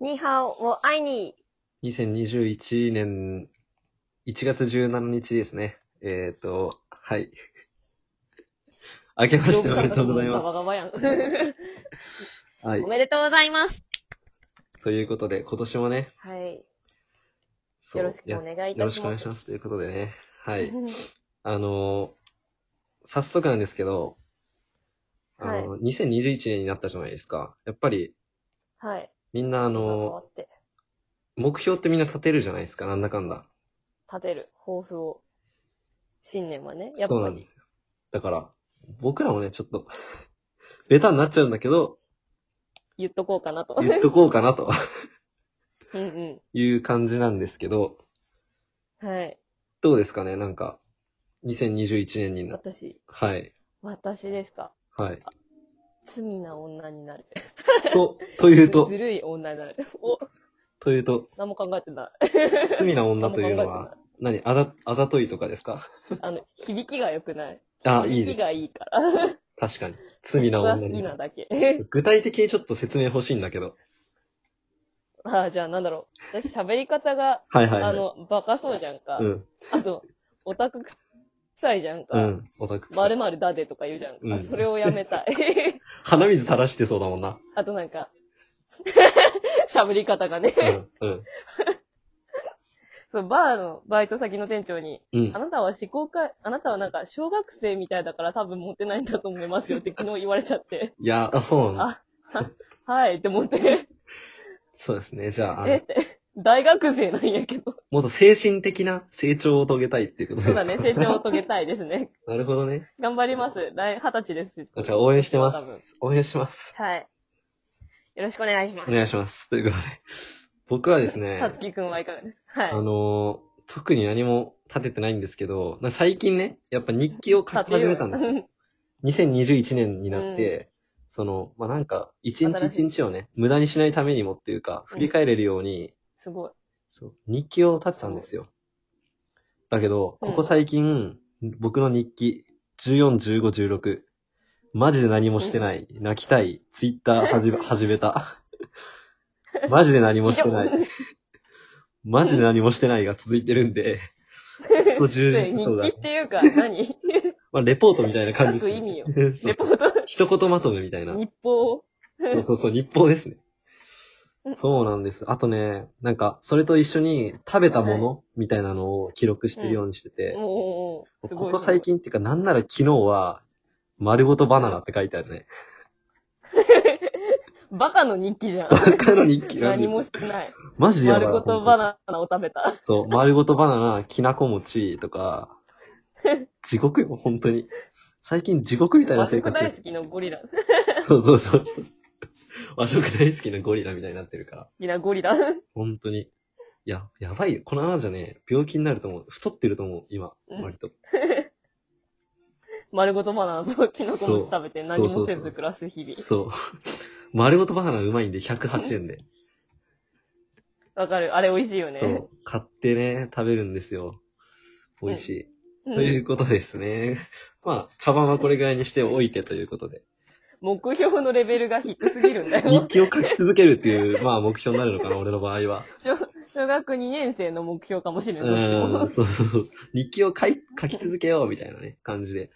ニーハオを会いに。 2021年1月17日ですね。えっ、ー、と、はい。明けましておめでとうございガバガまバやんす。はいお。めでとうございます。ということで、今年もね、はい。そうよろしくお願いいやよたろししくお願まいす。します。ということでね、はい。あのー早速なんですけど、あの、2021年になったじゃないですか。やっぱり、 はい。みんなあ年が変のわって目標ってみんな立てるじゃないですか、なんだかんだ。立てる、抱負を。新年はね、やっぱそうなんでりすよ。だから、僕らもね、ちょっと、ベタになっちゃうんだけど、言っとこうかなと。言っとこうかなと うんいう感じなんですけど、うん。はい。どうですかね、なんか、2021年にな、私、はい、私ですか。はい。罪な女になる。と、とい うとず、るい女になる。お、というと、何も考えてない。罪な女何もと考えていうなの は、何あざ、あざといとかですかい。あの、響きが良くない。あ、い響いきです。がいいから。確かに。罪な僕は女好きに。なだけ。 具体的にちょっと説明欲しいんだけど。ああ、じゃあなんだろう。私喋り方が、はいはい、はい。あの、バカそうじゃんかう。ん、あと、オタク臭いじゃんうか。ん、オタク。まるまるだでとか言うじゃんか。うんそれをやめたい。 鼻水垂らしてそうだもんな。あとなんか、 喋り方がね、うん、 うん、そう、バーのバイト先の店長に、うんあ。なたは思考か、あなたはなんか小学生みたいだから多分モテないんだと思います よって昨日言われちゃって、いや、あ、そうなんだ。あ、は、はいって思って、そうですね。じゃあ、あえのって、大学生なんや けど。もっと精神的な成長を遂げたいっていうことですそうだね、成長を遂げたいですね。なるほどね。頑張ります。来二十歳です。じゃあ、応援してま多分す。応援します。はい。よろしくお願いしますお。願いします。ということで。僕はですねさ、つきくんはいかがですかはい。あのー特に何も立ててないんですけど、な最近ね、やっぱ日記を書き始めたんですす。よ。2021年になって、その、まあ、なんか、一日新し一い日をね、無駄にしないためにもっていうか、振り返れるように、すごい。そう、日記を立てたんですよ。だけど、うんここ最近、僕の日記、14、15、16、マジで何もしてない、泣きたい、ツイッター 始め、始めた。マジで何もしてないいや。マジで何もしてないが続いてるんで、ずっと充で実 そうだ日記。っていうか何、まあ、レポートみたいな感じです書く意味よ そうレポート、一言まとめみたいな。日報。そうそうそう、日報ですね。そうなんです。あとね、なんか、それと一緒に食べたものみたいなのを記録してるようにしてて、おうおうおうすごこい。こ最近っていうか、なんなら昨日は、丸ごとバナナって書いてある ね。すごい。 バカの日記じ ゃん。バカの日記なんで何もしてない。マジでやばい。丸ごとバナナを食べた。ナ。そう、丸ごとバナナ、きなこ餅とか、地獄よ、本当に。最近地獄みたいな和生食活。大好きのゴリラ。好そうそうそうそう。和食大好きなゴリラみたいになってるから。きなゴリラ。本当に。いや、やばいよ。このままじゃね、病気になると思う。太ってると思う、今、うん割と。丸ごとバナナとキノコそう餅食べて何そうもそうせそうず暮らす日々。そう。 丸ごとバナナうまいんで、108円で。わかる。あれ美味しいよね。そう。買ってね、食べるんですよ。美味しい。うんということですね。 まあ、茶番はこれぐらいにしておいてということで。目標のレベルが低すぎるんだ日よ。記を書き続けるっていう、 まあ、目標になるのかな、俺の場合は。小小学2年生の目標かもしれうない。ーん、そうそうそう。日記を書い書き続けよう、みたいなね、感じで。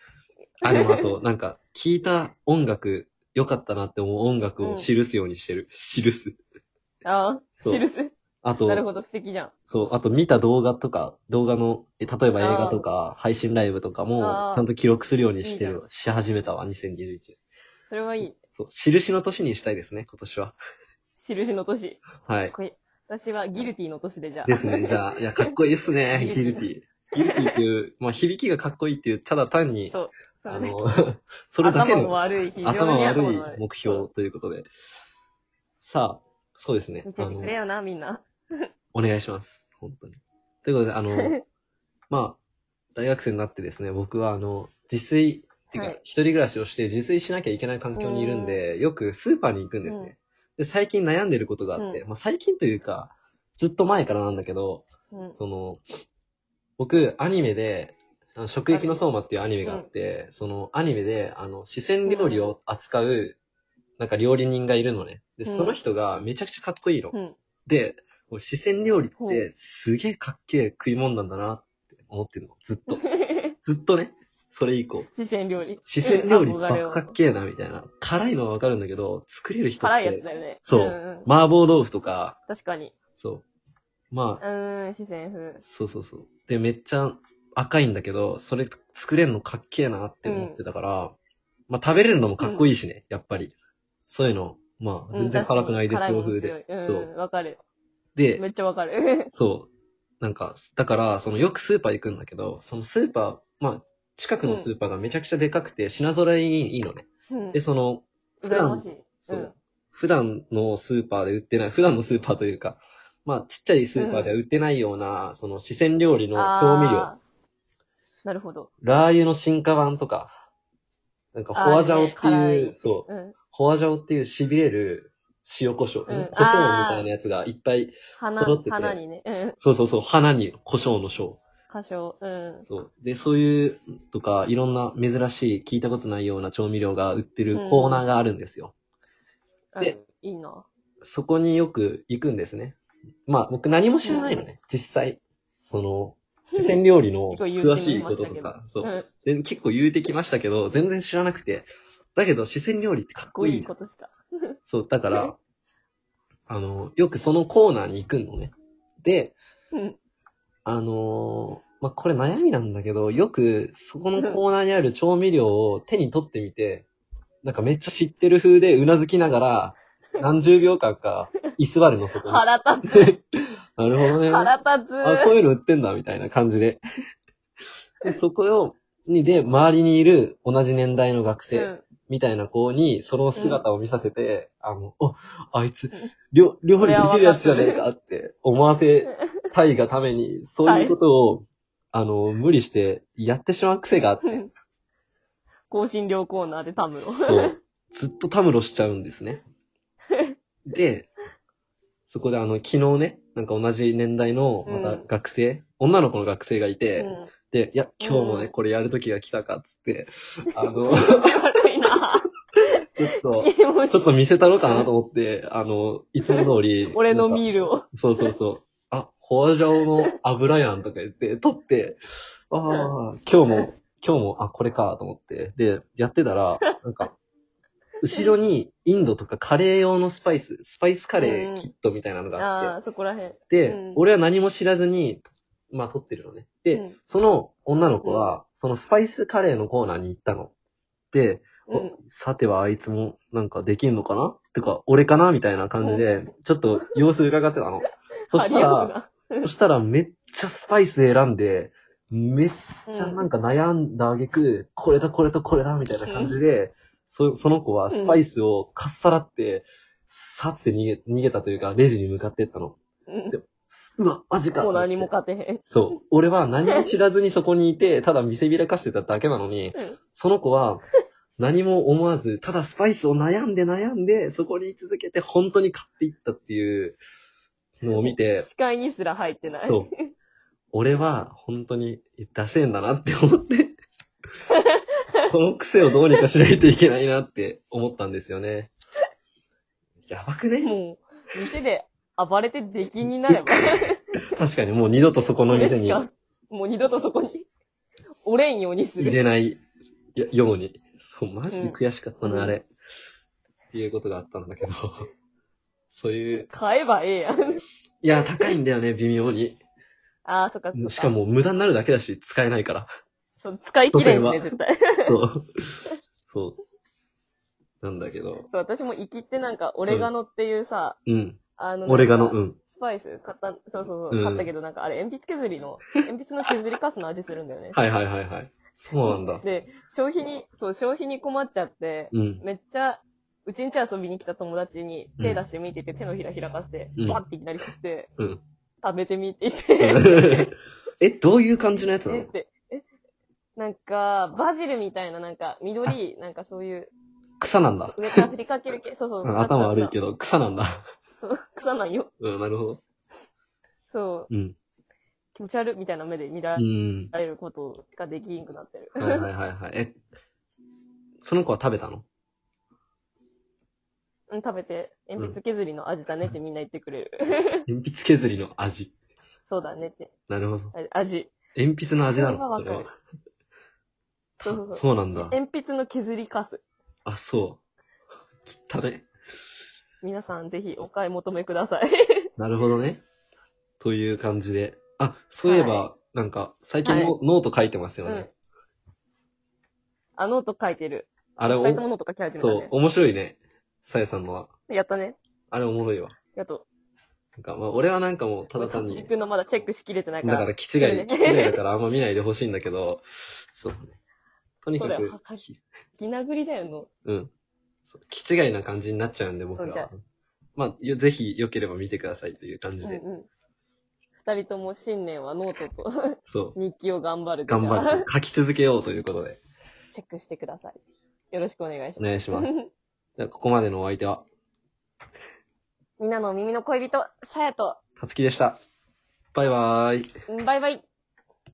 あ、でもあ と、なんか、聞いた音楽、良かったなって思う音楽を記すようにしてる。記す。 ああ、そう知るす。あとな、るほど、素敵じゃん。そう、あと見た動画とか、動画の、え例えば映画とか、配信ライブとかもあ、ーちゃんと記録するようにしていいる、し始めたわ、2021。それはいい。そう、印の年にしたいですね、今年は。印の年。はい。これ私はギルティの年でじゃあ。で すね。じあ。ゃあ、いや、かっこいいっすね、ギルティ。ギルティっていう、まあ、響きがかっこいいっていう、ただ単に、そう。そあれね、の、 それだけ頭のの悪い、非常に頭悪いの悪目標。ということで。さあ、そうですね見。てあてのくれ、よな、みんな。お願いします。本当に。ということで、あの、 まあ、大学生になってですね、僕はあの、自炊、っていうか、はい一人暮らしをして自炊しなきゃいけない環境にいるんで、よくスーパーに行くんですね。で、最近悩んでることがあって、まあ最近というか、ずっと前からなんだけど、うん。その、僕、アニメで、あの食域の相馬っていうアニメがあって、そのアニメで、あの、四川料理を扱う、なんか料理人がいるのね。で、うんその人がめちゃくちゃかっこいいの。うん。で、もう四川料理っほてうすげえかっけえ食い物なんだなって思ってるの。ずっと。ずっとね。それ以降。 四川料理。四川料理うんばっかかっけえな、みたいな。辛いのはわかるんだけど、作れる人っ辛いやつて、だよね。そうんん麻婆豆腐とか、確かに。そう。まうあ、ーん、四川風。そうそうそう。で、めっちゃ赤いんだけど、それ作れるのかっけえなって思ってたから、まあ食べれるのもかっこいいしね、やっぱり。そういうの、まあ、全然辛くないですよ、風で。そそうう。ん。わかる。でめ、っちゃわかる。 そう。なんか、だから、そのよくスーパー行くんだけど、そのスーパー、まあ、近くのスーパーがめちゃくちゃでかくて、品揃えにいいのね。うんで、その、羨ましい。そう、うん普段のスーパーで売ってない、普段のスーパーというか、まあ、ちっちゃいスーパーでは売ってないような、その四川料理の調味料、あーなるほど。ラー油の進化版とか、なんか、ホワジャオってあーね辛いう、いそう、うん。ホワジャオっていう痺れる塩胡う椒、んん、胡椒みたいなやつがいっぱい、花揃って、て花にね。うん。そうそうそう、花に胡椒の椒。歌唱。うん。そう。で、そういう、とか、いろんな珍しい、聞いたことないような調味料が売ってるコーナーがあるんですよ。でうん、いいな。そこによく行くんですね。まあ、僕何も知らないのね、実際。その、四川料理の 結構言うてみ詳しいこととまか、そうう。ん。全結構言うてきましたけど、全然知らなくて。だけど、四川料理ってかっここいいいいじゃこん。としか。そう、だから、あの、よくそのコーナーに行くのね。で、うん。あのーまあ、これ悩みなんだけど、よくそこのコーナーにある調味料を手に取ってみて、なんかめっちゃ知ってる風でうなずきながら、何十秒間か居座るの、そこに。腹立なるほどね。つ。あ、腹立つ。こういうの売ってんだ、みたいな感じ で。でそこを、にで、周りにいる同じ年代の学う生んみたいな子に、その姿を見させて、あの、お、あいつ、料料理できるやつじゃねえかって思わせたいがために、そういうことを、あの、無理してやってしまう癖があって、うん 香辛料コーナーでタムを。そう。ずっとたむろしちゃうんで すね。で、そこであの、昨日ね、なんか同じ年代の、まうたん学生、女の子の学生がいて、うんで、いや、今日もね、うんこれやる時が来たかっつって、あ の、気持ち悪い な。ちょっと、気持ちょっちと見せたろうかなと思って、あの、いつも通り。 俺のミールを。そうそうそう。あ、ホワジャオの油やんとか言って、撮って、ああ、今日も、今日も、あ、これかと思って。で、やってたら、なんか、後ろにインドとかカレー用のスパイス、スパイスカレーキットみたいなのがああっあ、そこらへん。て、で、うん俺は何も知らずに、まあ撮ってるのね。で、うんその女の子は、そのスパイスカレーのコーナーに行ったの。で、うん。さてはあいつもなんかできんのかなとか、俺かなみたいな感じで、ちょっと様子伺ってたの。そしたあら、そしたらめっちゃスパイス選んで、めっりちがゃとうななんか悩んだあげく、これだこれとこれだみたいな感じで、そその子はスパイスをかっさらって、さって逃げ、逃げたというか、レジに向かってったの。うん。うわ、マジか。もう何も勝てへん。そう。俺は何も知らずにそこにいて、ただ見せびらかしてただけなのに、うんその子は何も思わず、ただスパイスを悩んで悩んで、そこに居続けて本当に買っていったっていうのを見て、視界にすら入ってない。そう。俺は本当に出せんだなって思って、 この癖をどうにかしないといけないなって思ったんですよね。やばくね もう、店で暴れて出禁になれば、確かにもう二度とそこのそれ店しにか、もう二度とそこに、折れんようにす入る。れないやように。そう、マジで悔しかったな、うんあれ。っていうことがあったんだけど。そういう、買えばええやん。いや、高いんだよね、微妙に。ああ、そっか、そっか。しかも無駄になるだけだし、使えないから。そう、使い切れんしそね、れは絶対。そう。そう。なんだけど。そう、私も行きってなんか、オレガノっていうさ、うん。あの、俺がの、うなんかん。スパイス買った、そうそううそんう、買ったけど、なんかあれ、鉛筆削りの、鉛筆の削りカスの味するんだよね。はいはいはいはい。そうなんだ。で、消費に、そう、消費に困っちゃって、 うん。めっちゃ、うちんち遊びに来た友達にうん手出してみてて、手のひら開かせてうん、バッていきなり食って、うん。食べてみって言って、え、どういう感じのやつなえっのて、え、なんか、バジルみたいな、なんか、緑、なんかそういう、草なんだ。上から振りかける系、そうそうう、ん頭悪いけど。ど、草なんだ。 そう、草なんよ。うん、なるほど。そう、うん。気持ち悪いみたいな目で見らうん。れることしかできんくなってる。 はいはいはいはい。え、その子は食べたのうん食べて、鉛筆削りの味だねってみんな言ってくれる。 鉛筆削りの味。そうだねって。なるほど。あ味。鉛筆の味なのそそれはれわ。そうそうそう。 そうなんだ。鉛筆の削りカス。あ、そう。汚ね。皆さんぜひお買い求めください。なるほどね。という感じで。あ、そういえば、はなんか、最近はいノノート書いてますよね。うんあ、ノート書いてる。あれ、お二人ともノート書き始めたそうね、。面白いね。さやさんのは。やったね。あれおもろいわ。やっと。なんか、まあ、俺はなんかもう、ただ単に自、分のまだチェックしきれてないから。だから、気違い、そうね気違いだからあんま見ないでほしいんだけど、そうね。とにかそうだく よ、気なぐりだよの。うん。そう気違いな感じになっちゃうんで、僕そうらじは。まあ、よぜひ、良ければ見てくださいという感じうんで。うん。二人とも新年はノートと そう。日記を頑張るで頑じゃ張ある。書き続けようということで。 チェックしてください。よろしくお願いしおま。願いしま すす。ではここまでのお相手は、みんなのお耳の恋人、さやと、たつきでした。バイバーイ。バイバイ。